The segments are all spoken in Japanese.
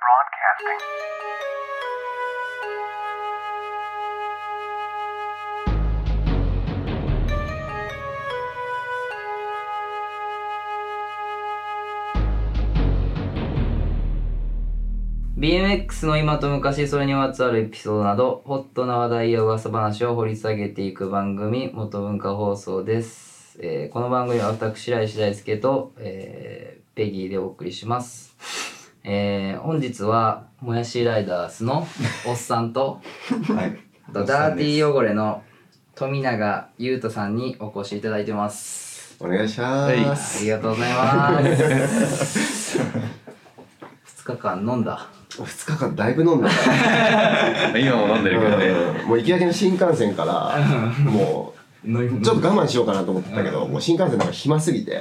Podcasting. BMX の今と昔それにまつわるエピソードなどホットな話題や噂話を掘り下げていく番組元文化放送です、えーこの番組は私白石大輔と、えーペギーでお送りします、えー本日はもやしライダースのおっさんと はい。あとダーティー汚れの富永裕太さんにお越しいただいてますお願いします。ありがとうございます 2日間飲んだ二日間だいぶ飲んだか今も飲んでるけどね。ら、もう行きがけの新幹線から、も飲みう、ちょっと我慢しようかなと思ったけど、もう新幹線なんか暇すぎて、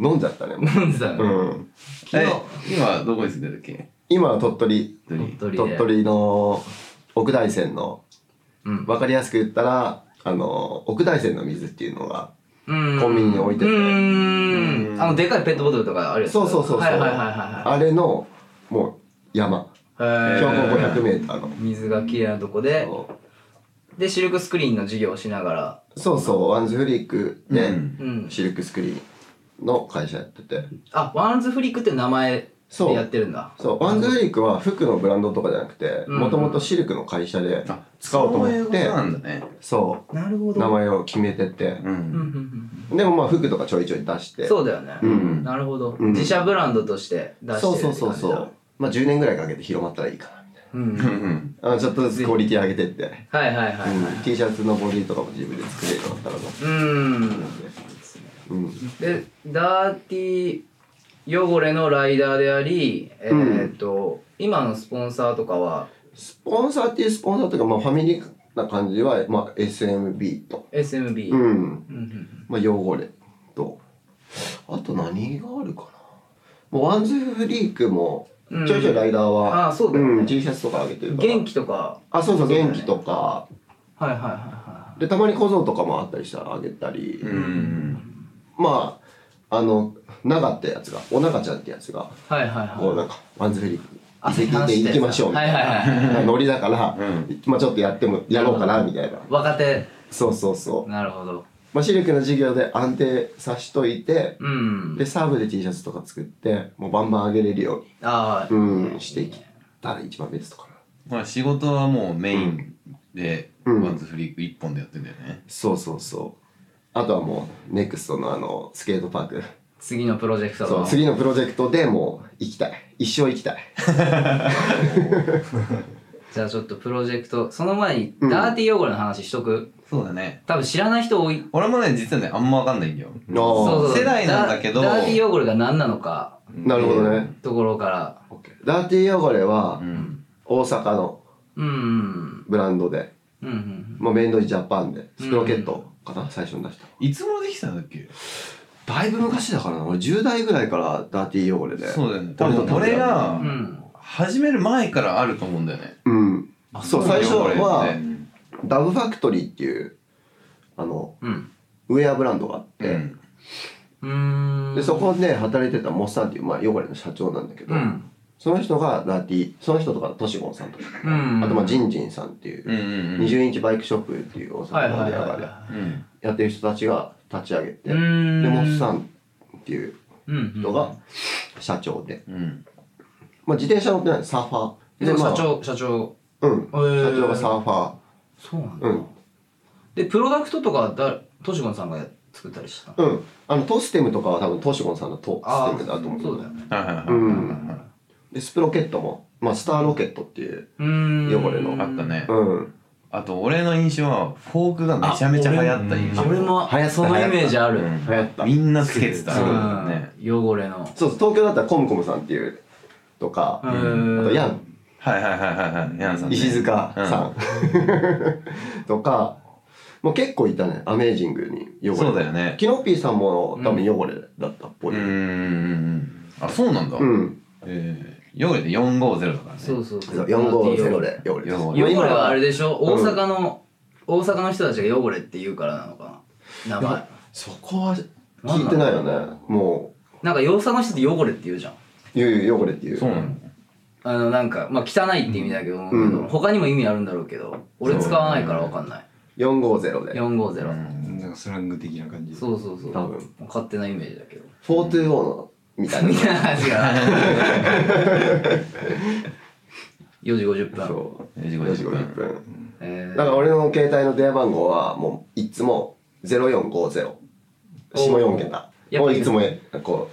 飲んじゃったね。も飲んでたうのうん。昨え日、今どこに住んでるっけ今は鳥取、本当に鳥取鳥で取の奥大山の、うんわかりやすく言ったら、あの、奥大山の水っていうのが、うんコンビニに置いててうーんあのでかいペットボトルとかあるやつそうそうそうそう、はいはいはいはあれの、もう、山。いはい標へ高ー500メーターの。水がきれいなとこででシルクスクリーンの授業をしながらそうそう、ワンズフリークで、うんうんシルクスクリーンの会社やっててあワンズフリックって名前そでうやってるんだそうワンズフリークは服のブランドとかじゃなくてうんもともとシルクの会社であ、使おうと思っそうていうことなんだね。そなるほうど名前を決めててううんうんん。うんでもまあ服とかちょいちょい出しうてんそうだよねうんなるほどうん自社ブランドとして出してるそっうてそ感うじそうそうまあ10年ぐらいかけて広まったらいいかなみたいうんうん。なあちょっとずつクオリティ上げてって、はいはいはいはうん、T シャツのボディとかも自分で作れるようになったらいうんうんでダーティー汚れのライダーであり、えうんーっと今のスポンサーとかはスポンサーっていうスポンサーというかまあファミリーな感じは、まあ、SMB と SMB、ううんんうんまあ、汚れとあと何があるかなもうワンズフリークもちうんょいちょいライダーうん、は、ああそうだうよんね、 T シャツとかあげてるから元気とかあそうそうそうだよね元気とかはいはいはいはでたまに小僧とかもあったりしたらあげたり、うん。まああの長ってやつがお長ちゃんってやつがいはいはいこはうなんかワンズフリーあク移籍で行きましょうみたいはいはいはいなノリだから、うんまあ、ちょっとやってもやろうかなみたいない若手そうそうそう、なるほどまあ、シルクの授業で安定さしといてうんでサーブで T シャツとか作ってもうバンバン上げれるようにああ、うん、してきたら一番ベストかな。まあ仕事はもうメインで、うんワンズフリーク一本でやってんだよね。そうそうそう。あとはもう、ネクストのあの、スケートパーク。次のプロジェクトそのう、次のプロジェクトでもう、行きたい。一生行きたい。じゃあちょっとプロジェクトその前にうんダーティー汚れの話しとく、そうだね。多分知らない人多い俺もね、実はね、あんまわかんないんだよ。あー世代なんだけどダダーティー汚れが何なのかなるほどね。ところからダーティー汚れはう、ん。大阪のうんうんブランドで、うんうんもうメイドインジャパンで、スプロケットかな、最初に出した。いつもできたんだっけだいぶ昔だからな、俺10代ぐらいからダーティー汚れで。そうだよね。多俺と分食べた俺がう、ん始める前からあると思うんだよね。うん。そう、最初俺は、ねダブファクトリーっていう、あの、うんウェアブランドがあっうて、ん。うーんでそこで働いてたモッサンっていう、まあ、汚れの社長なんだけど、うんその人がダーティーその人とかトシゴンさんとか、うんあとまあジンジンさんっていうんうう、んうん。 20インチバイクショップっていう大はい阪のはい出はい会はいではうん。やってる人たちが立ち上げて、うーんでモッサンっていういうんうん人が社長で、うん。まあ、自転車乗ってないサーファーでもま社あ、長社長うん、えー社長がサーファーそうなんだうんでプロダクトとかはだトシゴンさんが作ったりしたのうんあのトステムとかは多分トシゴンさんのトステムだと思うそうだよねはいはいはい。うんでスプロケットも、まあ、スターロケットっていう、うーん汚れのあったね。うん、あと俺の印象はフォークがめちゃめちゃ流行った印象俺も流行ったそのイメージあるうん流行ったみんなつけてたそうねうん汚れのそうそう東京だったらコムコムさんっていうとか、うあーとんヤンはいはいはいはいはいヤンさんね石塚さん、 とかもう結構いたねアメージングに汚れそうだよねキノピーさんも多分汚れだったっぽういんうんうんうんあそうなんだうん、ええ汚れて450だからねそうそうそう450で汚れ汚汚れはあれででしょうん大阪の、大阪の人たちが汚れって言うからなのかな名前そこは聞いてないよねもなんか大阪の人って汚れって言うじゃんう言うよ汚れっていうそうなのああのなんかまあ汚いって意味だけど、うん他にも意味あるんだろうけど俺使わないからわかんない、 450でう450、ん、なんかスラング的な感じそうそうそう多分勝手なイメージだけど 420のみたいみなたいな話が4時50分そう4時4時50分50分えだーから俺の携帯の電話番号はもういつも0450下4桁おーもういつもこ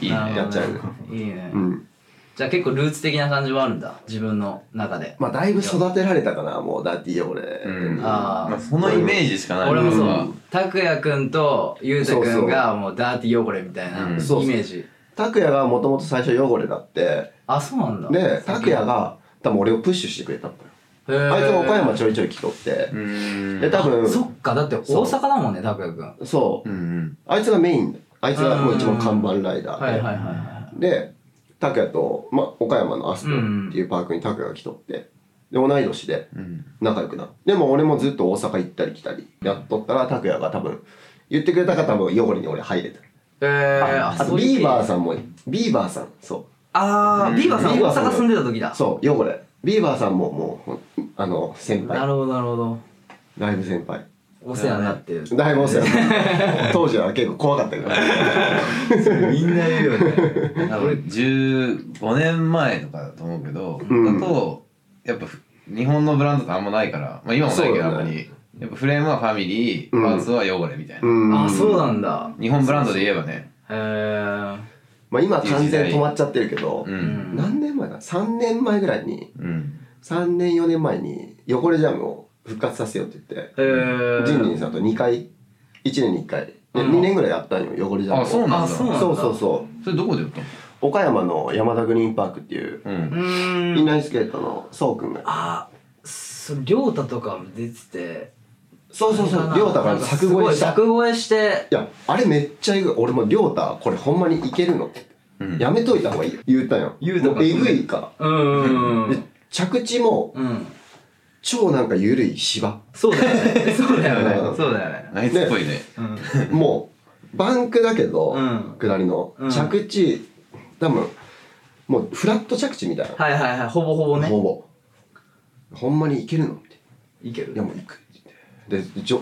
いいなねるほどねやっちゃうねいいね、ううんじゃあ結構ルーツ的な感じはあるんだ自分の中でまあだいぶ育てられたかなもうダーティー俺うんあーまあ、そのイメージしかない俺もそううん拓也くんと裕太くんがもうダーティー汚れみたいなイうメんそうそうージ拓也がもともと最初汚れだってあそうなんだで拓也が多分俺をプッシュしてくれたのよへーあいつは岡山ちょいちょい来とってう、んで多分そっかだって大阪だもんね拓也くんそううんうんあいつがメインあいつがもう一番看板ライダーはいで、はいはいはで拓也と、ま、岡山のアストっていうパークに拓也が来とってで同い年でうん仲良くなでも俺もずっと大阪行ったり来たりやっとったら拓也が多分言ってくれたから多分汚れに俺入れたいえー、あとそういうビーバーんさんもビーバーさんそあービーバーさんビーバーさん大阪住んでた時だうそう汚れビーバーさんももうあの先な輩るほどなるほどだいぶ先輩お世話になってるだいぶお世話に なった当時は結構怖かったけどみんな言うよね俺15年前とかだと思うけど、うんだとやっぱふ日本のブランドってあんまないから、まあ、今もないけどあそうんまだねりやっぱフレームはファミリーうんパーツは汚れみたいな、うんあそうなんだ日本ブランドで言えばねへーまあ、今完全に止まっちゃってるけど、ううんん何年前だ3年前ぐらいにうん3年4年前に汚れジャムを復活させようって言って、へージンジンさんと2回1年に1回、でうん2年ぐらいやったんよ汚れジャムをあそうなんだあそうなんだそうそうそうそれどこでやったの岡山の山田グリーンパークっていう、ううんーイんンラインスケートのそうくんがあそう亮太とかも出ててそうそうそうあれ亮太かなが作越えしたなんかすごい作越えしていやあれめっちゃえぐい俺も亮太これほんまにいけるの、うんやめといた方がいいよ言ったんよ言うたもかうえぐいかうんうんうらでん着地もうん超なんか緩い 芝そうだよねそうだようんねそうだよねあいつっぽいねうんもうバンクだけど、うん下りの、うん着地多分もうフラット着地みたいな、はいはいはいほぼほぼねほぼほんまにいけるのっていけるいやもういくって言ってでじょ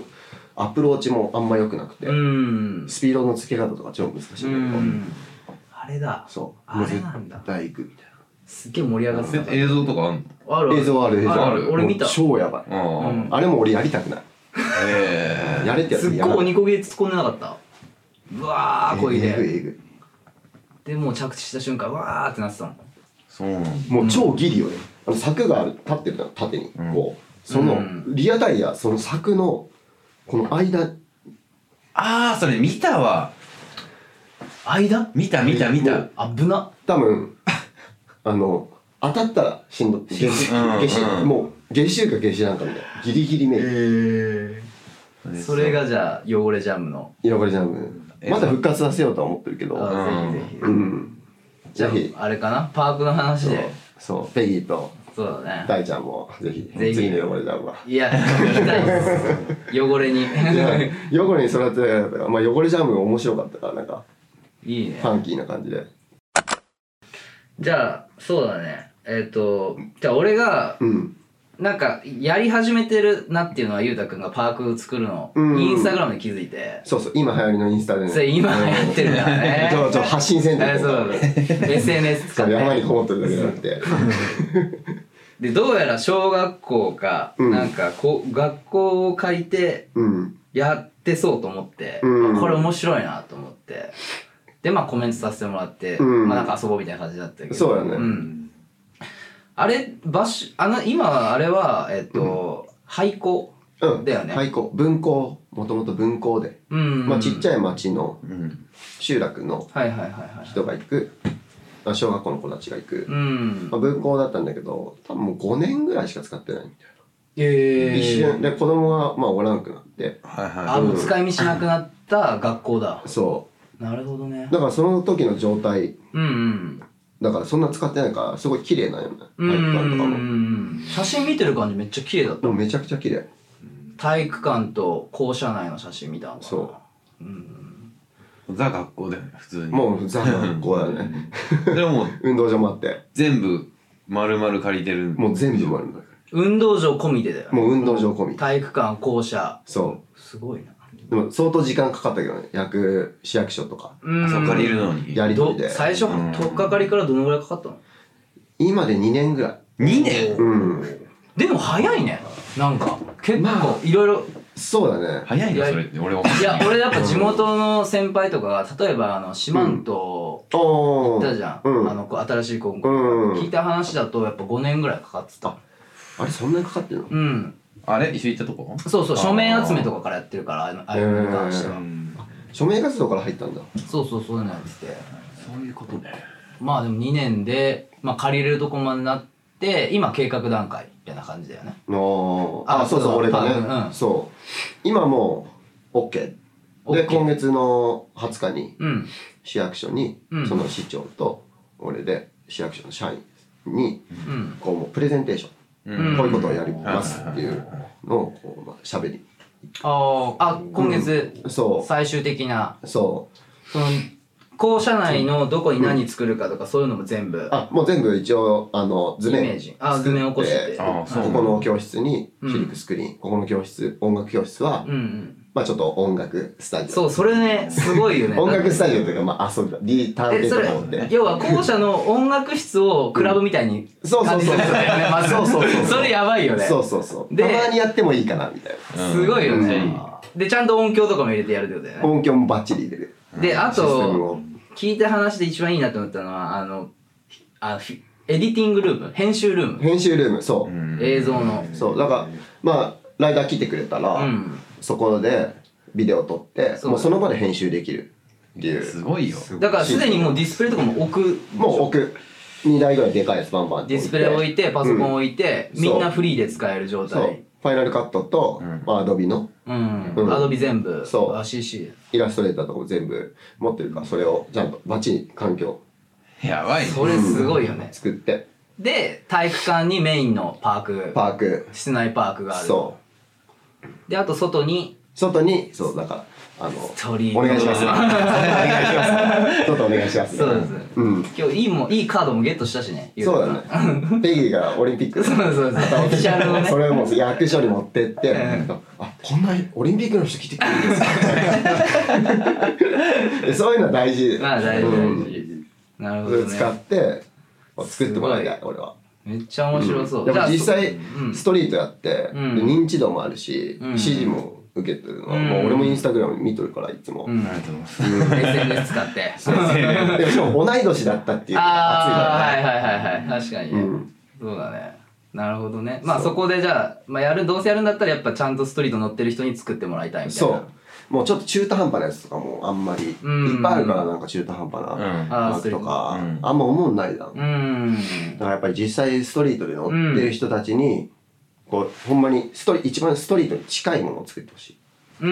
アプローチもあんま良くなくて、うんスピードの付け方とか超難しいんだけうど、んあれだそうあもうれ絶なんだ対行くみたいなすっげえ盛り上がってそれた映像とかあんのある映像ある映像ある俺見たもうすっ超やばい、ああ、うんあれも俺やりたくない、ええやれってやつやごいばい鬼こげ突っ込んでなかったうわーこいえぐいでえぐいでもう着地した瞬間わーってなってたもんそうなんだもう超ギリよね、あの柵がある立ってるから縦に、うんこうその、うんリアタイヤその柵のこの間ああそれ見たわ間見た見た見た、もう危な多分 あの当たったらしんどって下手うん下手うんもう下手か下手なんかみたいなギリギリめえそれがじゃあ汚れジャムの汚れジャムえまた復活させようとは思ってるけどあーぜひぜひうんじぜゃひああれかなパークの話そうでそうペギーとそうだね大ちゃんもぜひぜひ次の汚れジャムは いや行きたいです汚れにいや汚れに育てられたからまあ汚れジャム面白かったからなんかいいねファンキーな感じでじゃあそうだねえっ、とじゃあ俺がうんなんかやり始めてるなっていうのはゆうたくんがパーク作るの、うんインスタグラムで気づいて、そうそう今流行りのインスタでねそれ今やってるから ねちょちょ発信センタえーーとそかうだ ね SNS 使そっう山にてこもってるだけじゃな くてでどうやら小学校か、うんなんかこう学校を借りてうんやってそうと思って、うんあこれ面白いなと思ってでまあコメントさせてもらって、うんまあなんか遊ぼうみたいな感じだったけどそうだねん、あれ場所あの今あれはえっと、廃校うんだよね廃校分校もともと分校で、うんまあ、ちっちゃいゃい町のうん集落のはいはいはいはい人が行く、まあ、小学校の子たちが行く、うんまあ、分校だったんだけど多分もう5年ぐらいしか使ってないみたいな、ええ一瞬で子供がまあおらんくなってはいはいあもう使い道なくなった学校だそなるほどねうだからその時の状態うんうんだからそんな使ってないからすごい綺麗なんよねうんう体育館とかんうもん写真見てる感じめっちゃ綺麗だったでもめちゃくちゃ綺麗体育館と校舎内の写真見たのかな、そううん、ザ学校だよね普通に もうザ学校だよねそれはもう運動場もあって全部丸々借りてるもう全部丸々運動場込みでだよねもう運動場込み体育館校舎そすごいなうでも相当時間かかったけどね役市役所とかうあそこ借りるののにやり取りで最初うん取っかかりからどのぐらいかかったの今で2年ぐら2年いうんおでも早いねなんか結ま構いろいろそうだね早いなそれって俺はい や俺やっぱ地元の先輩とかが例えばあの四万十行おったーじゃん、うんあのこう新しい高校、うん聞いた話だとやっぱ5年ぐらいかかってたあれそんなにかかってるのうんあれ一緒に行ったとこそうそう署名集めとかからやってるからあのああいうのに関してうは、署名活動から入ったんだそうそうそういうのやっててそういうことねまあでも2年で、まあ、借りれるとこまでなって今計画段階みたいな感じだよねのああそうそうそう俺がね、うんうんそう今もう OK で OK 今月の20日にうん市役所に、うんその市長と俺で市役所の社員にうんこうもうプレゼンテーショうン、んこういうことをやりますっていうのをこう、まあ、しゃべりあああ今月そ最終的なうそうその校舎内のどこに何作るかとかそういうのも全部あもう全部一応あの図面イメージあ図面起こして作あそうここの教室にシルクスクリーン、ここの教室音楽教室は、うんうんまあちょっと音楽スタジオそうそれねすごいよね 音楽スタジオとでいうか、まあ、遊んだ、D ターンテえーそブれル持って。要は校舎の音楽室をクラブみたいにそうそ感うじそすうるんだ よねまずそうそうそ うそれやばいよねそうそうそう。でたまにやってもいいかな、みたいな。すごいよね、うんでちゃんと音響とかも入れてやるってことだよね音響もバッチリ入れる。で、あシステムと、を。聞いた話で一番いいなと思ったのは、あの、あフィエディティングルーム、編集ルーム、編集ルーム、そうう。ん映像の。そう。だから、まあ、ライダー来てくれたうら、ん。そこでビデオ撮って、そうもうその場で編集できるっていすう。ごいよだからすでにもうディスプレイとかも置く、もう奥、2台ぐらいでかいやつバンバンディスプレイ置いて、パソコン置いて、うんみんなフリーで使える状そう。態。ファイナルカットと、まあ、アドビのうんう。んアドビ全部、そうあ CC。イラストレーターとかも全部持ってるから、それをちゃんとバッチリ環境やばいねそれすごいよね。作って、で、体育館にメインのパーク、パーク、室内パークがある。そう。で、あと外に、外にそうだからあの鳥お願いしま すお願いしますちょっとお願いしますそうです。うん今日いいもん、いいカードもゲットしたしね。そうだねペギーがオリンピックそうそうそう。オフィシャルのね そ。れをもう役所に持ってってうあこんなオリンピックの人来てくれるんです かでそういうのは大事まあ大事うん大事。なるほそれどを使っね。て作ってもらいたい俺はめっちゃ面白そう。でもじゃあ実際うんストリートやってでうん認知度もあるしうん支持も受けてるのはうんもう俺もインスタグラム見とるからいつもうあんり。がとうございます SNS 使って。でもしかも同い年だったっていうのが熱いからあねあ、はいはいはいはい。確かにうね。ん、そうだね。なるほどね。まあそうそこでじゃあ、まあやる、どうせやるんだったらやっぱちゃんとストリート乗ってる人に作ってもらいたいみたいな。そう。もうちょっと中途半端なやつとかもあんまりいっうんぱいあるからなんか中途半端うんなあーマークとかストリートあんま思んないだ、うだん。からやっぱり実際ストリートで乗ってる人たちにこうほんまにストリ一番ストリートに近いものを作ってほしいう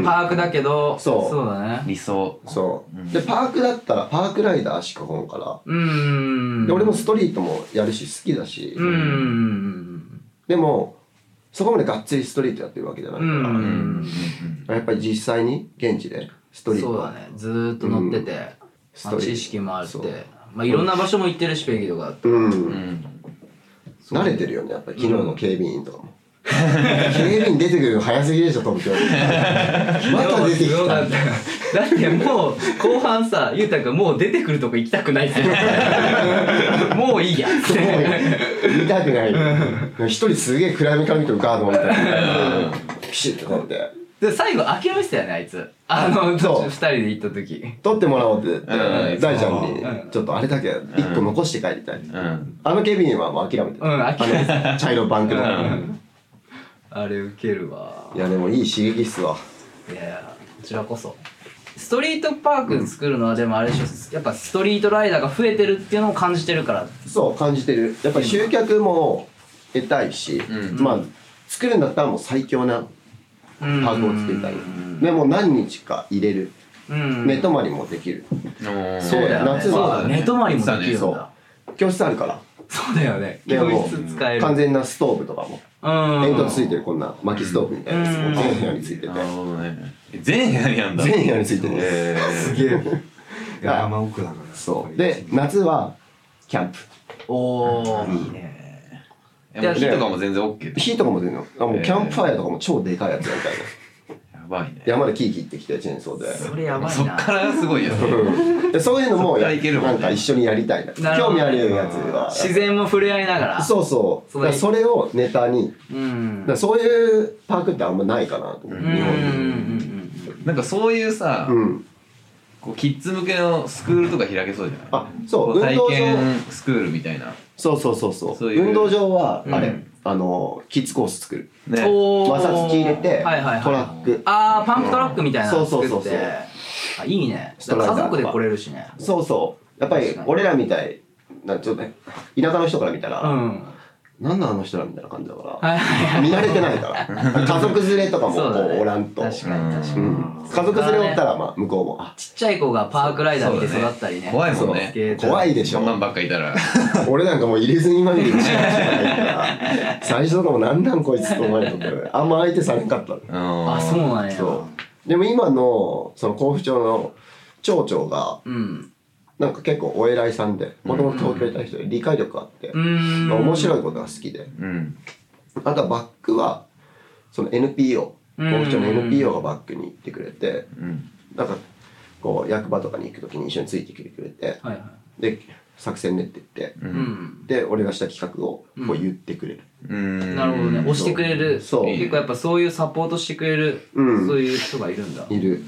ん。パークだけど、そうそうだね。理想そう、でパークだったらパークライダーしか来んから、うん。で俺もストリートもやるし好きだし、うん。でもそこまでがっつりストリートやってるわけじゃないかうら、ん。やっぱり実際に現地でストリートそうだねずーっと乗ってて、スまトあ、リート知識もあっそてうまあいろんな場所も行ってるしペギーとかうんうん慣れてるよねやっぱり昨日の警備員とかも警備員出てくるの早すぎでしょ東京また出てきよたかっただってもう後半さゆうたくんもう出てくるとこ行きたく ないっすよもういいやって見たくない一人すげえ暗闇から見てるガードみたいなピシッと撮ってで最後諦めてたよねあいつあのそう2人で行った時撮ってもらおうって言ってうん大ちゃんにうんちょっとあれだけ一個残して帰りたいうんあの警備員はもう諦めてうんあ諦めての茶色いバンクのうんあれウケるわいやでもいい刺激っすわいやいやこちらこそストリートパーク作るのはでもあれでしょやっぱストリートライダーが増えてるっていうのを感じてるからそう感じてるやっぱり集客も得たいしうまあ作るんだったらもう最強なパパークを作りたいでもう何日か入れるうん寝泊まりもできるそうだよね夏そうはだ寝泊まりもできるんそだう教室あるからそうだよねで教も室使える完全なストーブとかもうん煙突ついてるこんな薪ストーブみたいなやつうんも全部屋についててなるほどね全部屋にあんだ全部屋についててえすげえあ山奥だからそうで夏はキャンプおお。いいねえもう火とかも全然 OK で。火とかも出るのあもうキャンプファイヤーとかも超でかいやつやりたい なやばいね。山で木切ってきてチェーンソーでそれやばいそっなからすごいよね。うんでそういうのもそっからいけるもんねなんか一緒にやりたいななるほど興味あるやつは自然も触れ合いながらそうそうそそのだからそれをネタにうだんからそういうパークってあんまないかなと思ううん日うんうん本なんかそういうさ、にうんこうキッズ向けのスクールとか開けそうじゃないあそこうう運動体場験スクールみたいな。そうそうそうそうそういう運動場はうんあれ、あのキッズコース作るうんね。お摩ー擦機入れてはいはいはいトラックあーパンプトラックみたいなのそうそうそう作ってあいいねス家トライダー族で来れるしねそうそうやっぱり確かに俺らみたいなちょっとね田舎の人から見たら、うなん、ん何のあの人らみたいな感じだから、はいはいはい見慣れてないから家族連れとかもこそうだねうおらんと、確かに確かうにん、家族連れおったらまあ向こうもあちっちゃい子がパークライダー見てそう育だねったりね怖いそもうんね。怖いでしそょんなんばっかいたら。俺なんかもう入れ墨まみれにしかしないから最初とかもなんなんこいつと思われたんだけどあんま相手されんかったのああそうなんやそうでも今のその甲府町の町長がうんなんか結構お偉いさんでもともと東京にいた人で理解力があって、うーん面白いことが好きでうん。あとはバックはその NPO うん甲府町の NPO がバックに行ってくれてうん。なんかこう役場とかに行く時に一緒についてきてくれてはいはいで作戦練ってってう。うんんで俺がした企画をこう言ってくれる、うん。なるほどね押してくれるそう結構やっぱそういうサポートしてくれるうんそういう人がいるんだいる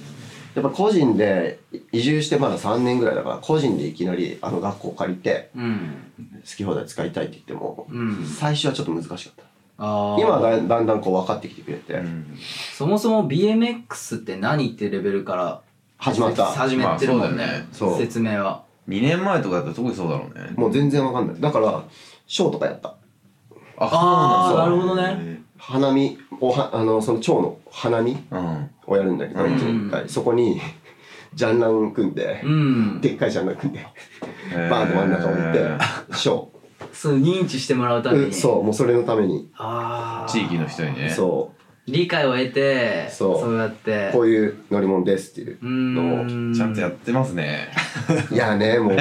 やっぱ個人で移住してまだ3年ぐらいだから個人でいきなりあの学校借りてうん好き放題使いたいって言っても、うん最初はちょっと難しかったあー今はだんだんだんこう分かってきてくれて、うん。そもそも BMX って何ってレベルから始まった始めてるもまあそんうだよねねそう説明は2年前とかだったら特にそうだろうね。もう全然分かんないだからショーとかやったあーそうなるほどね花見おはあのその蝶の花見うん。をやるんだけどうん一年一回そこ にジャンラン組んでう、んでっかいジャンラン組んでえーバーンと真ん中置いてショそう認知してもらうためー、うにそうもうそれのためにああ地域の人にね。そう理解を得てそうやってこういう乗り物ですっていううのをーんちゃんとやってますね。いやねもう ま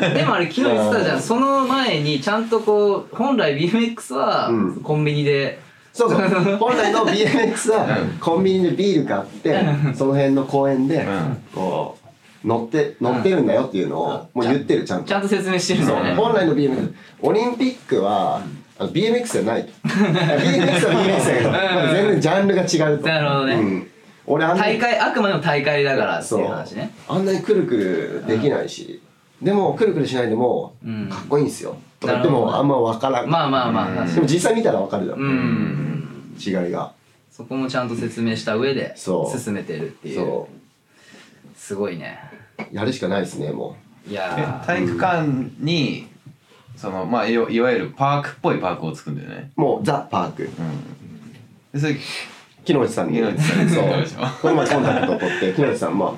だでもあれ昨日言ってたじゃうんんその前にちゃんとこう本来 BMX はうんコンビニでそうそう本来の BMX はうんコンビニでビール買ってその辺の公園でうんこう乗って乗ってるんだよっていうのをもう言ってるちゃんとちゃんと説明してるんそうだね本来の BMX オリンピックはあの BMX じゃないと BMX は BMX だけどまあ全然ジャンルが違うとなるほどねうん俺あんな大会あくまでも大会だからってそいうう話ねあんなにくるくるできないしでもくるくるしないでもうんかっこいいんすよとか言ってなるほどもあんま分からんまあまあまあうん確かでにも実際見たらわかるだろ、うん、違いがそこもちゃんと説明した上でそう進めてるっていうそすごいねうやるしかないですねもいやえー体育館に、その、まあ、いわいわゆるパークっぽいパークを作るんだよね。うもうザ・パークでそれ、木之内さんに木之内さんにそうそうでしょこの前コンタクトを取って木之内さんまあ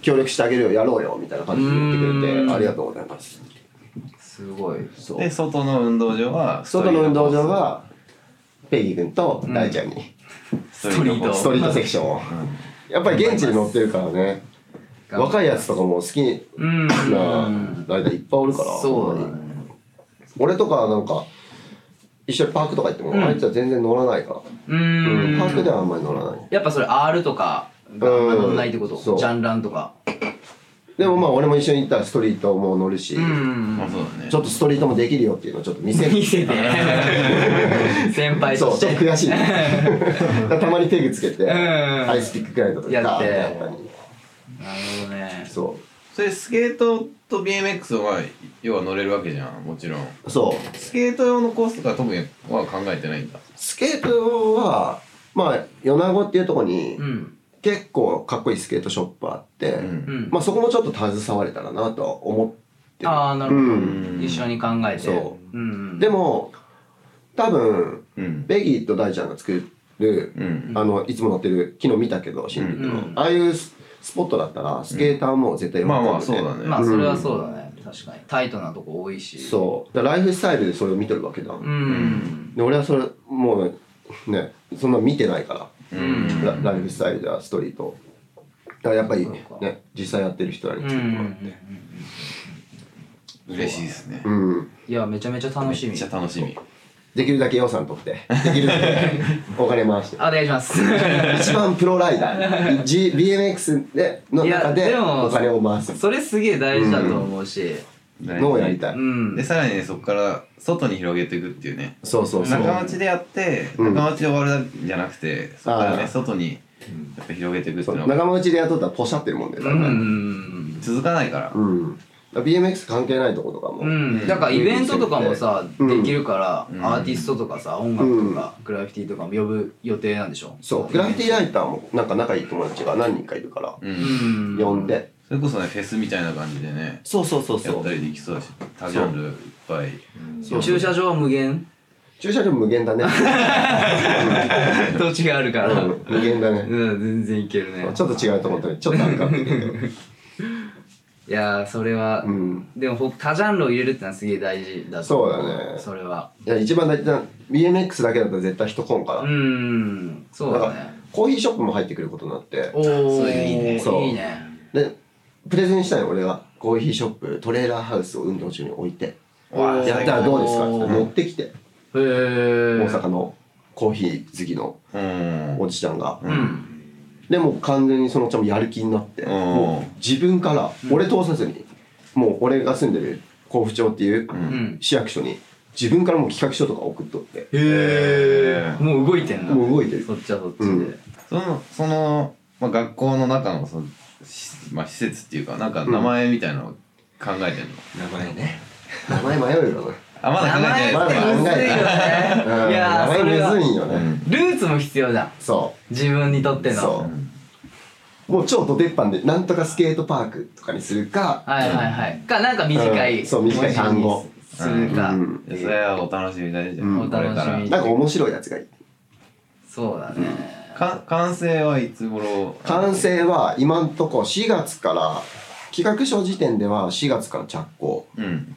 協力してあげるよやろうよみたいな感じで言ってくうれんてありがとうございますすごいそで、う外の運動場は、外の運動場はペギー君と大ちゃんにストリートコース、スストトリートリートセクションをやっぱり現地で乗ってるからね若いやつとかも好きうんな大体いっぱいおるからそうだね俺とかなんか一緒にパークとか行っても、うんあいつは全然乗らないから、うーんパークではあんまり乗らないやっぱそれ R とかがあんま乗んないってこうんそとうジャンランとかでもまあ俺も一緒に行ったらストリートも乗るし、うんあそうだね。ちょっとストリートもできるよっていうのをちょっと見せる見 せて先輩そとうしちょてっと悔しいだから たまにペグつけて、んアイスピックくらいのとかやってガーッやったりなるほどねそそれ、スケートと BMX は、要は乗れるわけじゃん、もちろん。うそうスケート用のコースとか特には考えてないんだ。スケートはまあ米子っていうとこにうん結構かっこいいスケートショップあって、うんうんまあそこもちょっと携われたらなとは思ってるああなるほどうん一緒に考えてそうんうんでも多分うん。ベギーと大ちゃんが作る、うん。あのいつも乗ってる昨日見たけど新宿うの、んああいうススポットだったらスケーターも絶対喜ぶまあよねまあ、そうだね。まあそれはそうだね確かにタイトなとこ多いしそうだからライフスタイルでそれを見てるわけだ、うんで俺はそれもうねそんな見てないかう。らうんんラライフスタイルやストリートだからやっぱりそうかね実際やってる人らにうんう作ってもらって、ん嬉しいですねうんいやめちゃめちゃ楽しめみっちゃ楽しみできるだけ予算取ってできるだけ お金回してあお願いします 一番プロライダー G BMX でのいや中ででもお金を回すそれすげえ大事だと思うしのをやりたい、うんでさらにねそこから外に広げていくっていうねそうそうそう仲間内でやってうん仲間内で終わるんじゃなくてそこからあーね外にやっぱ広げていくってそいううのが仲間内で雇ったらポシャってるもんでうだんかうんら続かないからうん、BMX 関係ないとことかも、うんうんだからイベントとかもさうんできるからうんアーティストとかさ音楽とかグラフィティとかも呼ぶ予定なんでしょそうグラフィティライターもなんか仲いい友達が何人かいるから、ううんん呼んでそれこそねフェスみたいな感じでねそうそうそうやったりできそうだし多ジャンルいっぱいそう駐車場は無 限駐車場無限だ ね、土地があるかうらん、無限だねうん全然いけるねちょっと違うと思ったけどちょっとあるかもしれないけどいやーそれはうんでもほ多ジャンルを入れるってのはすげえ大事だと思そうだねそれはいや一番大事な BMX だけだったら絶対人来んから、うんそうだなんかねコーヒーショップも入ってくることになっておおそれいいねそういいねでプレゼンしたい俺がコーヒーショップトレーラーハウスを運動中に置いてわあやったらどうですかっておー持ってきてへえ大阪のコーヒー好きのうんおじちゃんがうんでもう完全にそのおっちゃんもやる気になってうんもう自分から俺通さずにもう俺が住んでる甲府町っていううん市役所に自分からもう企画書とか送っとってへえもう動いてんなもう動いてるそっちはそっちでうんそのその、まあ、学校の中のその、しまあ、施設っていうかなんか名前みたいなのを考えてるの、名前ね名前迷うよなあまだ考えて名ない前ですってむずいよねうんいやーそれ名前むずいはようねんルーツも必要だそ自分にとってうのそうもう超ド鉄板でなんとかスケートパークとかにするかはいはいはいかなんか短うんいそう短い単語するかうんいやそれはお楽しみ大事だよ、うんこれかお楽しみらなんか面白いやつがいいそうだねか完成はいつ頃完成は今んとこ4月から企画書時点では4月から着工うん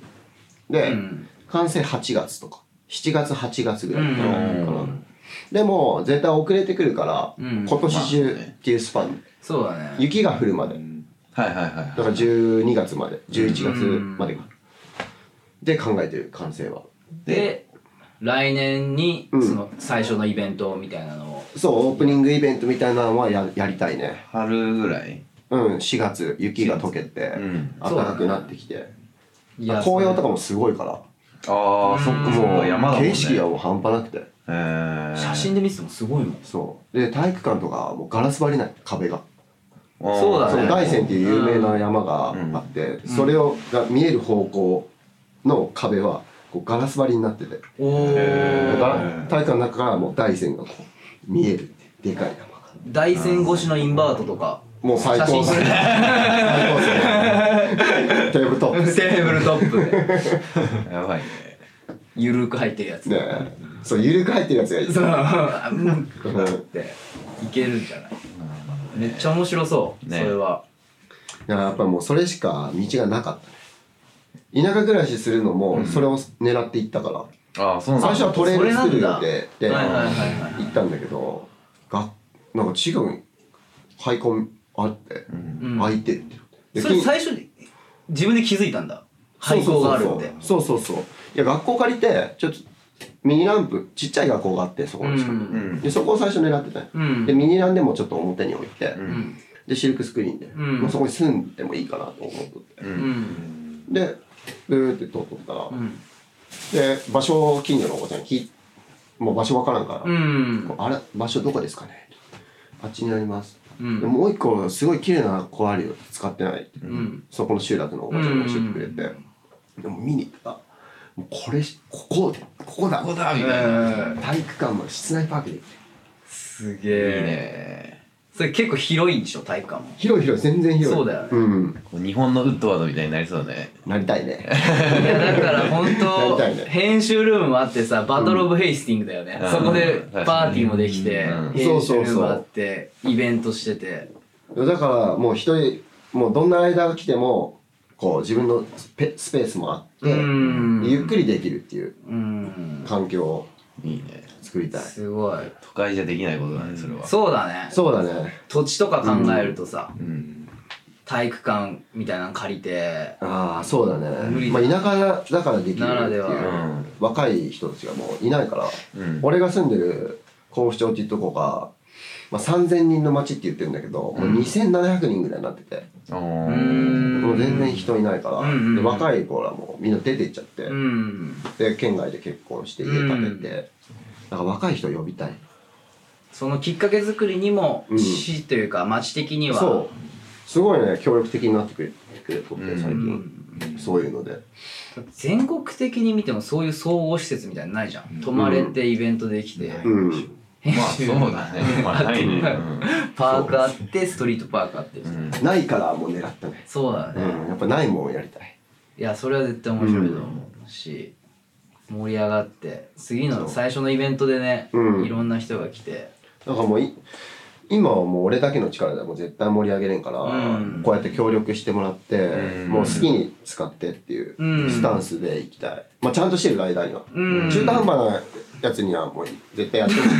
うで、ん完成8月とか7月8月ぐらいかうな,、んでも絶対遅れてくるから、うん今年中っていうスパン、そうだね雪が降るまではいはいはいだはから12月まで11月までか、で考えてる完成はで来年にうんその最初のイベントみたいなのをそうオープニングイベントみたいなのはややりたいねい春ぐらいうん4月雪が溶けてうん暖かくなってきて、いや紅葉とかもすごいからああそっかそっもかう山だもんね景色がもう半端なくてえー、写真で見せてもすごいもんそうで体育館とかもうガラス張りない壁が、おーそうだねその大山っていう有名な山がうんあって、それをが見える方向の壁はこうガラス張りになってて、おへだーおから体育館の中からもう大山がこう見えるってでかい山が大山越しのインバートとかもう最高写真撮る最高っすねテーブルトップテーブルトップでやばいねゆるく入ってるやつねえそう緩く入ってるやつがいいそうあうんうんっていけるんじゃないめっちゃ面白そうそねれはいややっぱもうそれしか道がなかったね田舎暮らしするのもそれを狙っていったから、ああそうなん最だ初はトレール作る予それ定ではいはいはい行ったんだけどがなんか違うハイコンあってうんうん開いてるってでそれき最初に自分で気づいたんだそう廃校があるってそうそうそうそういや学校借りてちょっとミニランプちっちゃい学校があってそこの近く、うんうんでそこを最初狙ってたよ、うんでミニランでもちょっと表に置いて、うんでシルクスクリーンで、んもうそこに住んでもいいかなと思っとってううんでブーって通っとったら、うんで場所を近所のおばちゃんに聞いもう場所わからんから、うんあれ場所どこですかねあっちにあります、うんでもう一個のすごい綺麗な子あるよ使ってない、んそこの集落のおばちゃんが教えてくれて、でも見に行ったらもうこれここここだここだみえたいな、ー体育館も室内パークできてすげいいえねそれ結構広いんでしょ体育館も広い広い全然広いそうだよねうんこう日本のウッドワードみたいになりそうだねなりたいねいやだから本 やりた当いね編集ルームもあってさバトル・オブ・ヘイスティングだよね、うんそこでうんパーティーもできて、うん編集ルームあってイベントしててだからもう一人もうどんな間が来てもこう自分のスペスペースもあってうんゆっくりできるっていううん環境をいいね作りたいすごい都会じゃできないことだねそれはそうだねそうだね土地とか考えるとさ、うん体育館みたいなの借りてああそうだ無ね理まあ田舎だからできるってならでいはう若い人たちがもういないからうん俺が住んでる甲府町っていうとこが、まあ、3,000人の町って言ってるんだけど、もう2,700人ぐらいになっててあーうんもう全然人いないから、うんうんうんで若い子らもみんな出てっちゃって、うんで県外で結婚して家建てて、なんか若い人呼びたいそのきっかけ作りにもうん市というか町的にはそうすごいね協力的になってくれくれとって最う近、んそういうので全国的に見てもそういう総合施設みたいなのないじゃん泊まれてイベントできて、うんまあそうだね まあないねパークあってストリートパークあって、うんうんないからもう狙ったね、そうだうね、ん、やっぱないもんやりたいいやそれは絶対面白いと思うし、盛り上がって次の最初のイベントでね、うんいろんな人が来てだからもうい今はもう俺だけの力ではもう絶対盛り上げれんから、うんこうやって協力してもらって、うんもう好きに使ってっていううんスタンスでいきたい、まあちゃんとしてるライダーには、うん中途半端なやつにはもう絶対やってほしい い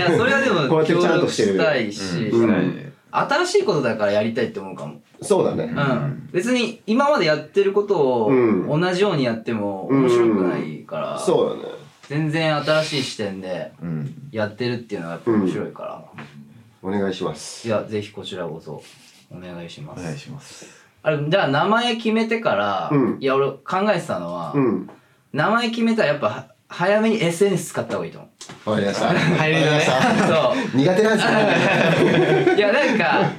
やそれはでこうもやって協ちゃんと力してるしたいし、うんないね新しいことだからやりたいって思うかも、そうだうねん、別に今までやってることをうん同じようにやっても面白くないから、そうだね全然新しい視点でうんやってるっていうのがやっぱ面白いから、お願いしますいやぜひこちらこそお願いしまおす、願いしますあれじゃあ名前決めてから、うんいや俺考えてたのは、うん名前決めたらやっぱは早めに SNS 使った方がいいと思うわかりました入れるねわかりましたそ苦手なんですかういやなんか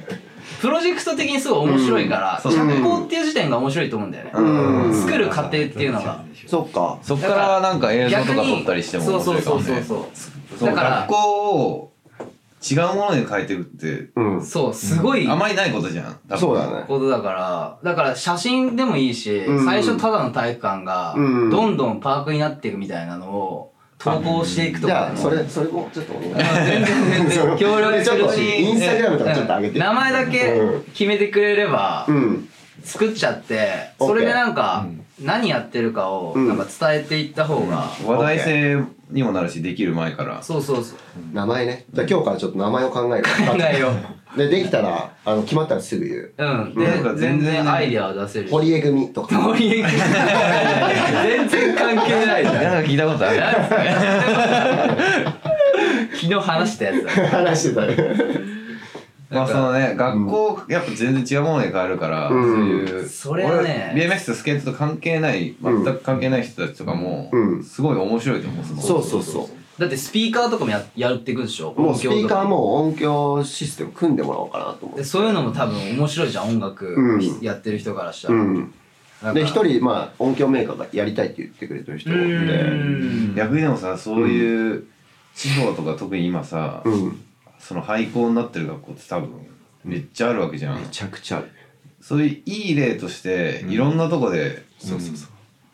プロジェクト的にすごい面白いから、うん着そう工っていう時点が面白いと思うんだよね、うん作る過程っていうのがそっかそっからなんか映像とか撮ったりしてもそう面そ白ういかそもうそうねそうそのだか学ら校を違うものに変えていくってうんそうすごいあまりないことじゃん多分そうだねことだからだから写真でもいいし、うん最初ただの体育館がうんどんどんパークになっていくみたいなのを投稿していくとじかでゃあもそれそれもちょっとお願い全然全然協力すちょるっとしインスタグラムとかちょっと上げて名前だけうん決めてくれればうん作っちゃってオッケーそれでなんか何やってるかをうんなんか伝えていった方が話題性にもなるしできる前からそうそうそう名前ねじゃあ今日からちょっと名前を考える考えよでできたらあの決まったらすぐ言ううんなんかで全然全ね然アイデアは出せるうし堀江組と か森江君全然関係ない じゃんなんか聞いたことあるなんすか昨日話したやつだ話してたねまあそのね学校やっぱ全然違うものに変えるから、うんそういうそれはね俺 BMX とスケートと関係ない全く関係ない人たちとかも、うんすごい面白いと思うそのそうそうそだってスピーカーとかもややっていくでしょうもうスピーカー音響とかも音響システム組んでもらおうかなと思っでてそういうのも多分面白いじゃん音楽うんやってる人からしたうら、んなんかで一人まあ音響メーカーがやりたいって言ってくれてる人うがおってん逆にでもさそういう地方とか特に今さ、うんその廃校になってる学校って多分めっちゃあるわけじゃん、めちゃくちゃあるそういういい例として、いろんなとこでそうそうそう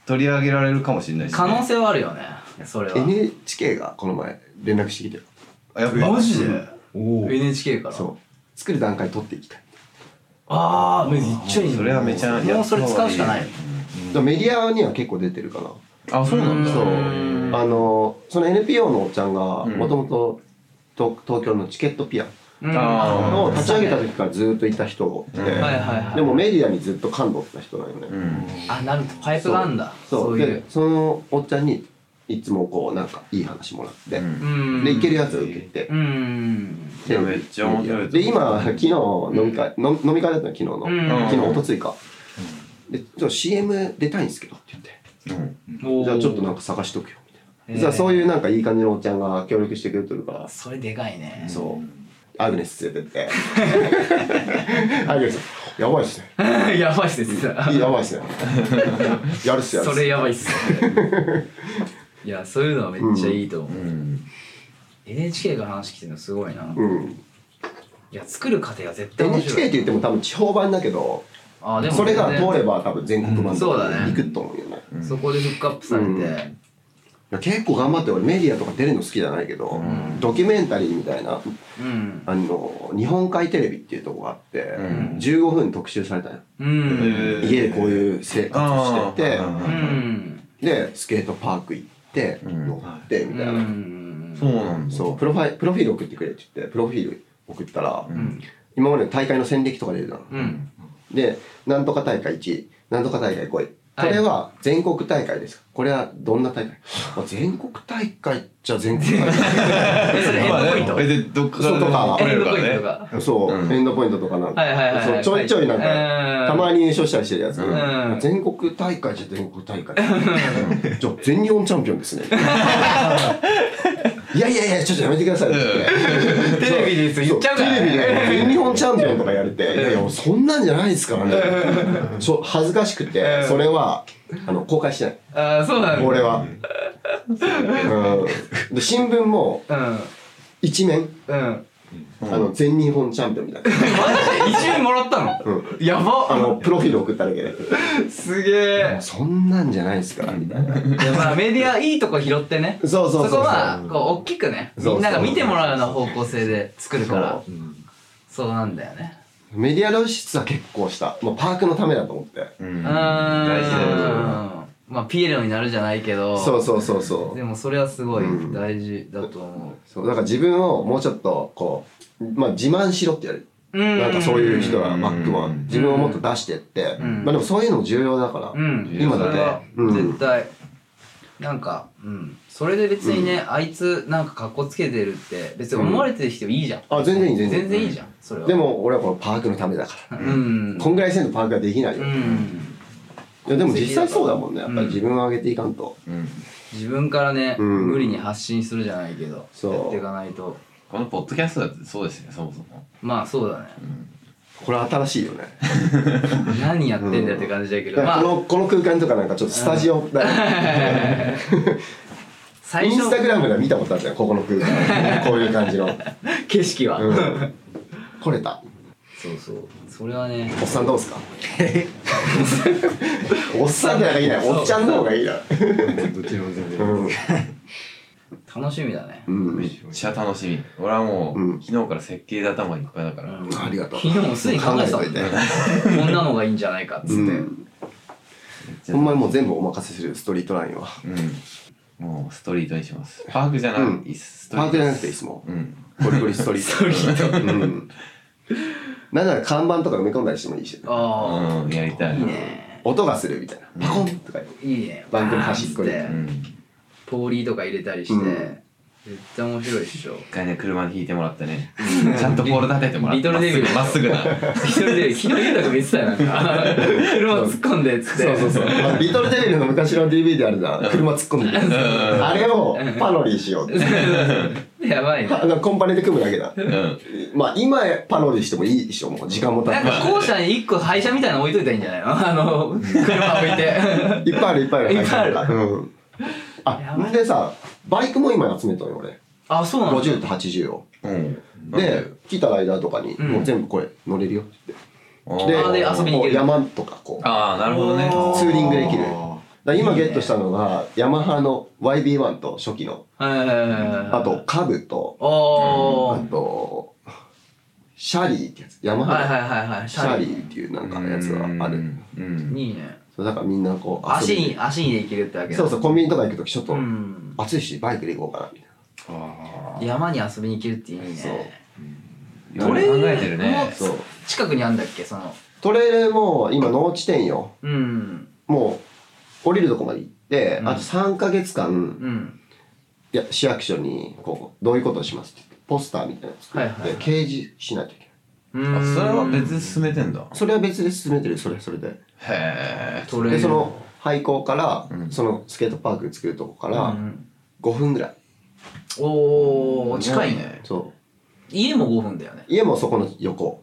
取り上げられるかもしれないし、可能性はあるよねそれは NHK がこの前連絡してきてるあやっぱマジでお NHK からそう作る段階取っていきたいああめっちゃいいそれはめちゃもうそれ使うしかないやった方がいいだからメディアには結構出てるかなあそうなんだそううんあのその NPO のおっちゃんがうんもともと東京のチケットピアうんあーを立ち上げたはい時からずっといた人がおって、うんはいはいでもメディアにずっと感動した人だよね、うんあなるほどパイプがあるんだそうそういでうそのおっちゃんにいつもこうなんかいい話もらって、うんうんでいけるやつを受けて、うんいやめっちゃ面白いで今昨日飲み会、の飲み会だったの昨日の、うん昨日おとついか、でちょっと CM 出たいんですけどって言ってうんじゃあちょっとなんかか探しとくよみたいな、えーじゃあそういうなんかいい感じのおっちゃんが協力してくれてるからそれでかいねそう。アグネス連れてって。アグネス、やばいっすね。 やばいっすね実はいいやば いっすね。やるっすやるそっすれ。やばいっ すねいやそういうのはめっちゃいいと思う、うん、 NHK が話来てるのすごいな、うん、いや作る過程が絶対面 NHK っ白いて言っても多分地方版だけどあーでもそれが全然通れば多分全国版とかうんそうだにね行くと思うよね,、そこでフックアップされて、うん結構頑張って俺メディアとか出るの好きじゃないけど、んドキュメンタリーみたいなうんあの日本海テレビっていうとこがあって、ん15分特集されたよ、うんえー家でこういう生活をしてて、あーううんんでスケートパーク行って、うん乗ってみたいな、うんそうなんだそうプロファイプロフィール送ってくれって言ってプロフィール送ったら、うん今までの大会の戦歴とか出るだろうん。で、なんとか大会1位、なんとか大会5位。こはいれは全国大会ですかこれはどんな大会、まあ、全国大会じゃ全国大会。それエンドポイント。えでどっからでも外側来エれンるドからポインねトが。 そう、うんエンドポイントとかなんか、はいはいはいはい。そうちょいちょいなんか、たまに。に優勝したりしてるやつ、ん全国大会じゃ全国 大会じゃあ全日本チャンピオンですねいやいやいやちょっとやめてください、んテレビです言っちゃうからねそテレビで全日本チャンピオンとかやれて、いやいやそんなんじゃないですからね、そう恥ずかしくて、うんそれはあの公開してない、ああ、そうなんだ。俺は、うん、で新聞もうん。一面、うん。あの全日本チャンピオンみたいな、マジで一面もらったのうん、やばあのプロフィール送っただけですげえ。そんなんじゃないですからみたいないやまあメディアいいとこ拾ってね。そうそうそうそうそこは、こう、大きくね。そうそうみんなが見てもらうような方向性で作るからそ。そうなんだよね。メディア露出は結構した。もうパークのためだと思って。うんうーん。大事だよまあ、ピエロになるじゃないけど。そうそうそうそうで。もそれはすごいうん大事だと思そうだから自分をもうちょっとこう、まあ自慢しろって言われる。う。うん。なんかそういう人はうんバックマうンん自分をもっと出してって、うんまあでもそういうのも重要だから、うん。今そだれはね、うん絶対。なんか、うん。それで別にね、あいつなんか格好つけてるって、別に思われてる人いいじゃん。あ全然いい全然いい全然いいじゃん。それは。で、も俺はこのパークのためだから、うん。こんぐらいせんとパークができないよ、ういん。やでも実際そうだもんねやっぱうんり自分を上げていかんと、うん自分からね、うん無理に発信するじゃないけど、そうやっていかないと。このポッドキャストだってそうですねそもそもまあそうだね。これ新しいよね何やってんだよって感じだけど、だからまこあ、のこの空間とかなんかちょっとスタジオだよね最イン初スタグラムで見たことあるじゃんここの空 間こういう感じの、景色は。うん、来れたそうそう。それはね、おっさんどうすか おっさんの方がいいなおっちゃんの方がいいなどっちも全う然。ん楽しみだね。うんめっちゃ楽しみ俺はもう、うん昨日から設計で頭いっぱいだから、うんありがとう昨日もすでに考えてたもんね考。こんなのがいいんじゃないかっつって。うんほんまにもう全部お任せするストリートラインはうんもうストリートにしますパークじゃない、うんストリーパトークじゃでなくすていいですもうんんゴリゴリストリートストリートうんなんなら看板とか埋め込んだりしてもいいしあうんやりたいあ、いいね。音がするみたいなパコンとかいいね。番組端っこにバーンうつてんポーリーとか入れたりして、うん絶対面白いっしょ。一回ね車に引いてもらってねちゃんとポール立ててもらってリトルデビューまっすぐまっすぐな一人で昨日言うたか見てたよなん か車突っ込んでっつってそうそうそうあビートルデビルの昔の DV であるじゃん車突っ込んでくるあれをパロリーしようっ てやばいパなあのコンパネで組むだけだうんまあ今パロディしてもいいでしょもう時間も経なっんてか校舎に一個廃車みたいなの置いといたらいいんじゃない のあの車置いて いっぱいあるいっぱいあるいっぱいあるうんやあばいんでさバイクも今集めたのよ俺あそうなんだ50と80をうんで来たライダーとかにんもう全部これ乗れるよってなんでであーで遊びに行けるこう山とかこうあーなるほどねおツーリングできるだあから今ゲットしたのがヤマハの YB1 と初期のああとカブとおあーとシャリーってやつヤマハのはいはいはいはいシャリーっていうなんかやつがあうるんうんいいねそうだからみんなこう遊足びに足にできるってわけだそうそうコンビニとか行くときちょっうとん暑いしバイクで行こうかなみたいなあ山に遊びに行けるっていいねそういろいろ考えてるねそうそう近くにあんだっけそのトレイルも今農地点ようんもう降りるとこまで行って、うんあと3ヶ月間、うんいや市役所にこうどういうことをしますって言ってポスターみたいなの作って、はいはいはい掲示しないといけないそあそれは別に進めてんだそれは別で進めてるそれはそれでへえトレイルでその廃校から、うんそのスケートパーク作るとこからうん5分ぐらい、おお近いねそう家も5分だよね家もそこの横、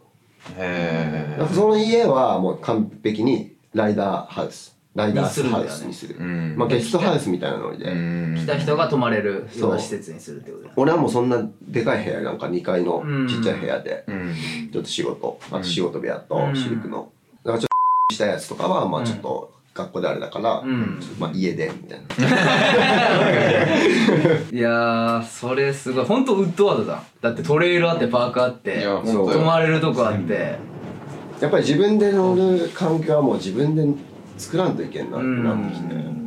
へだからその家はもう完璧にライダーハウスライダーハウスにするえうんまあゲストハウスみたいなので、うん来た人が泊まれるような施設にするってことだよね俺はもうそんなでかい部屋なんか2階のちっちゃい部屋で、うんちょっと仕事あと仕事部屋うとんシルクの、だからちょっとしたやつとかはまあちょっと学校であれだから、うんちょっとまあ家でみたいな、いやーそれすごいほんとウッドワードだだってトレイルあってパークあっていやもうそうだよ泊まれるとこあってやっぱり自分で乗る環境はもう自分で作らんといけんなってなってきて、うん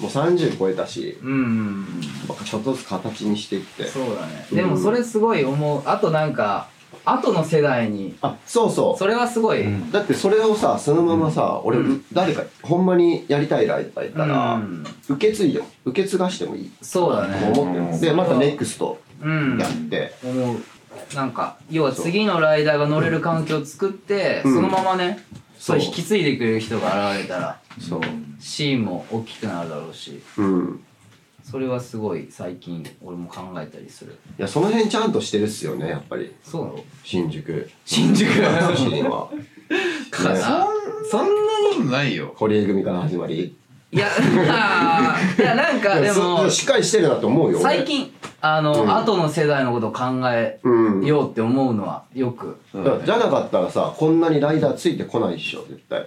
もう30超えたし、うんまあちょっとずつ形にしていってそうだねでもそれすごい思うあとなんか後の世代にあそうそうそれはすごい、うんだってそれをさそのままさ、俺誰かほんまにやりたいライターいたら、うん受け継いで受け継がしてもいいそうだとね思ってる、うんでまたネクストうんやって、思うなんか要は次のライダーが乗れる環境を作って、うんそのままねそそうう引き継いでくれる人が現れたらそうシーンも大きくなるだろうしうんそれはすごい最近俺も考えたりするいやその辺ちゃんとしてるっすよねやっぱりそうなの新宿新宿新宿はかなそんなにんなないよ堀江組から始まりい やいやなんかいでやそもしっかりしてるなと思うよ俺最近あの、うん後の世代のことを考えうんようって思うのはよくそうだだかねらじゃなかったらさこんなにライダーついてこないでしょ絶対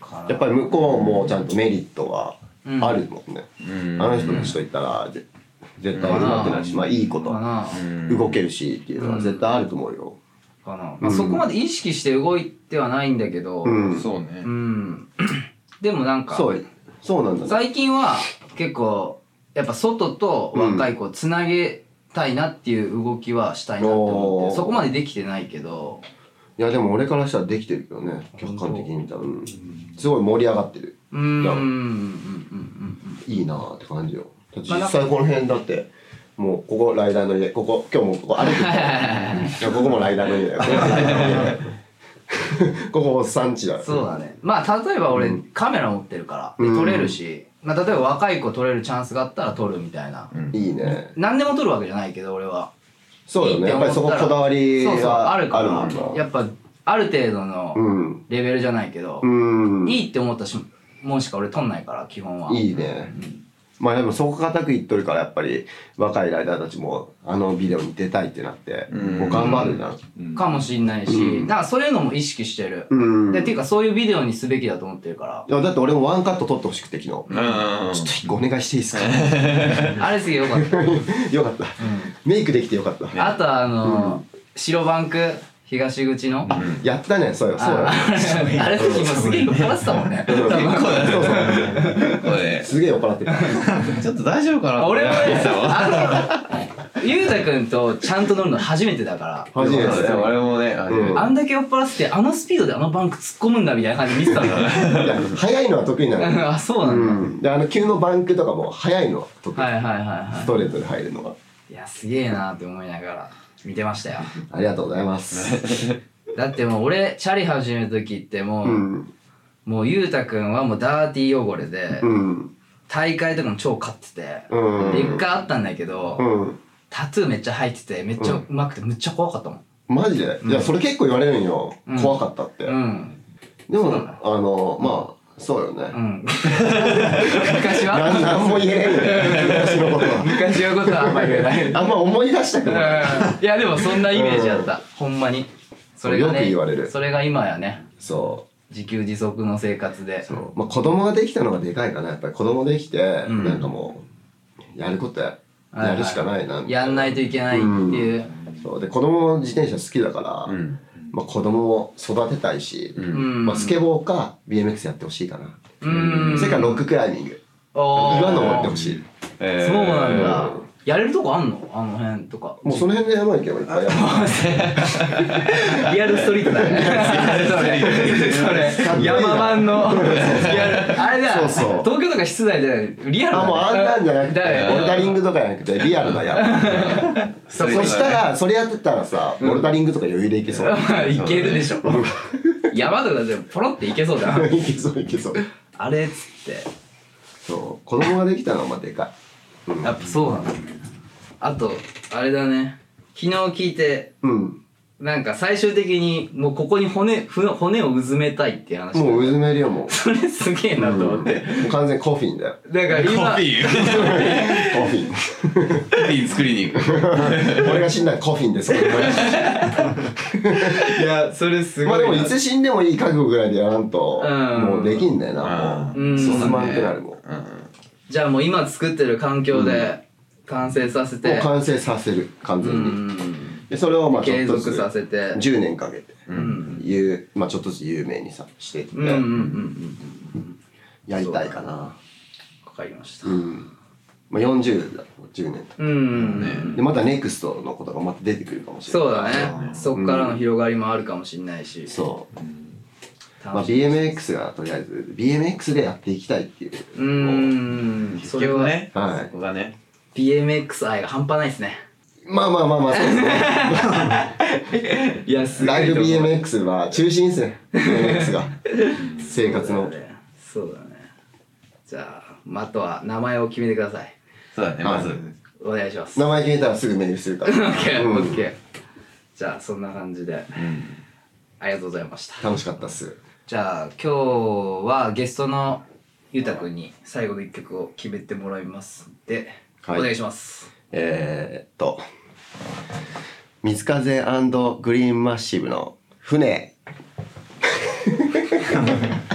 かなやっぱり向こうもちゃんとメリットがうんあるもんね、うんあの人の人いたらぜ絶対上手くなるし、まあいいことかなうん動けるしっていうのは絶対あると思うよ。かな、まあ、うんそこまで意識して動いてはないんだけど、うん、そうそうねうん、でもなんかそうそうなんだね。最近は結構やっぱ外と若い子をつなげたいなっていう動きはしたいなと思っおてーそこまでできてないけどいやでも俺からしたらできてるけどね客観的に見たら、うん、すごい盛り上がってるうーんうんいうんやうんうんいいなーって感じよ。だってまあ実際この辺だってもうここライダーの家ここ今日もここ歩いてきたいやここもライダーの家だよ。ここもライダーの家だよここおっさんちだよ。そうだねまあ例えば俺カメラ持ってるからでうん撮れるし、まあ、例えば若い子撮れるチャンスがあったら撮るみたいな、いいね。何でも撮るわけじゃないけど俺はそうだよね。やっぱりそここだわりそうそうがああるるからもんな。やっぱある程度のうん。レベルじゃないけど、うん。いいって思ったしもんしか俺撮んないから基本はいいね。まあでもそこ固くいっとるからやっぱり若いライダーたちもあのビデオに出たいってなってうんもう頑張るな。かもしんないし、うんだからそういうのも意識してる、うん。でっていいうかそういうビデオにすべきだと思ってるから、やだって俺もワンカット撮ってほしくて昨日。ちょうんうん うんっと一個お願いしていいですかあれすげえよかっ た、うんよかった。メイクできてよかった。あとあのー白バンク東口の、あやったね、そうよ、そうよ。あれの時もすげえ酔っ払ってたもんねうん結構だそうそうこれすげえ酔っ払ってた。ちょっと大丈夫かな俺はね俺はあのゆうたくんとちゃんと乗るの初めてだから初めてそうだね俺もねあれうんあんだけ酔っ払っててあのスピードであのバンク突っ込むんだみたいな感じで見てたんだよねいや早いのは得意な の。あそうなんだ、うん。で、あの急のバンクとかも早いのは得はい意。はいはいスはトレートで入るのが。いいやすげえなーって思いながら見てましたよありがとうございます。だってもう俺チャリ始める時ってもう、 うん。もうゆうたくんはもうダーティー汚れで、うん。大会とかも超勝ってて、うんで一回あったんだけど、うん。タトゥーめっちゃ入っててめっちゃうまくてむっちゃ怖かったもんマジで、いやそれ結構言われるんよ、うん怖かったって、うんでもそうなあのまあそうよね、うん昔はなんなんも言えんよ昔のことは 昔のことはあんまり言え ないあんま思い出したくない、いやでもそんなイメージやった、ほんまにそれがねよく言われるそれが今やねそ自給自足の生活でうそうまあ子供ができたのがでかいかなやっぱり子供できて、うんなんかもうやることやはいはいやるしかないなみたいな、やんないといけないっていうそうで子供も自転車好きだかうら、んまあ、子供を育てたいし、うんうんまあ、スケボーか BMX やってほしいかな、うんそれからロッククライミングおー岩登ってほしいえーそうなんだうんやれるとこあんのあの辺とかもうその辺で山行けばいっぱいやるリアルストリートだねそれそれ山版のリアルあれだそうそう東京とか室内じゃないリアルだあねもうあんなんじゃ なくてだよねボルダリングとかじゃなくてリアルなや つそしたらそれやってたらさボルダリングとか余裕でい けそういける でしょ山とかでもポロっていけそうだないけそういけそうあれっつってそう子供ができたのはまあでかやっぱそうなんだねあとあれだね昨日聞いていうんなんか最終的にもうここに骨ふ骨をうずめたいっていう話もううずめるよもうそれすげえなと思って、もう完全にコフィン だよだからコ今ーヒーコフィンコーヒー作りに行く俺が死んだらコフィンでそこに燃やしていやそれすまあでもないつ死んでもいい覚悟ぐらいでやらんとうんもうできんだよなもうんう進まんくなるもんもじゃあもう今作ってる環境で完成させて、う完成させる完う全にんでそれをまあちょ継っとず続つさせて10年かけてうん有まあちょっとずつ有名にさしていってうんうんうんうんやりたいかなわかりました、うん、まあ、40だ10年とうんうんうねん、でまたネクストのことがまた出てくるかもしれないそうだね、うんそっからの広がりもあるかもしれないし、そう、ま楽あ、しみ BMX がとりあえず BMX でやっていきたいっていううーん結それ局はね、はいそこがね BMX 愛が半端ないですねまあまあまあまあそうですねいや すごいライブと思う BMX は中心ですね BMX が生活のそうだねじゃあまああとは名前を決めてくださいそうだねはいまず、お願いします名前決めたらすぐメールするから うん OKOK じゃあそんな感じでうん、ありがとうございました楽しかったっすじゃあ今日はゲストのゆうたくんに最後の一曲を決めてもらいますんで、はいお願いしますえー、っと「水風グリーンマッシブの船」Oh,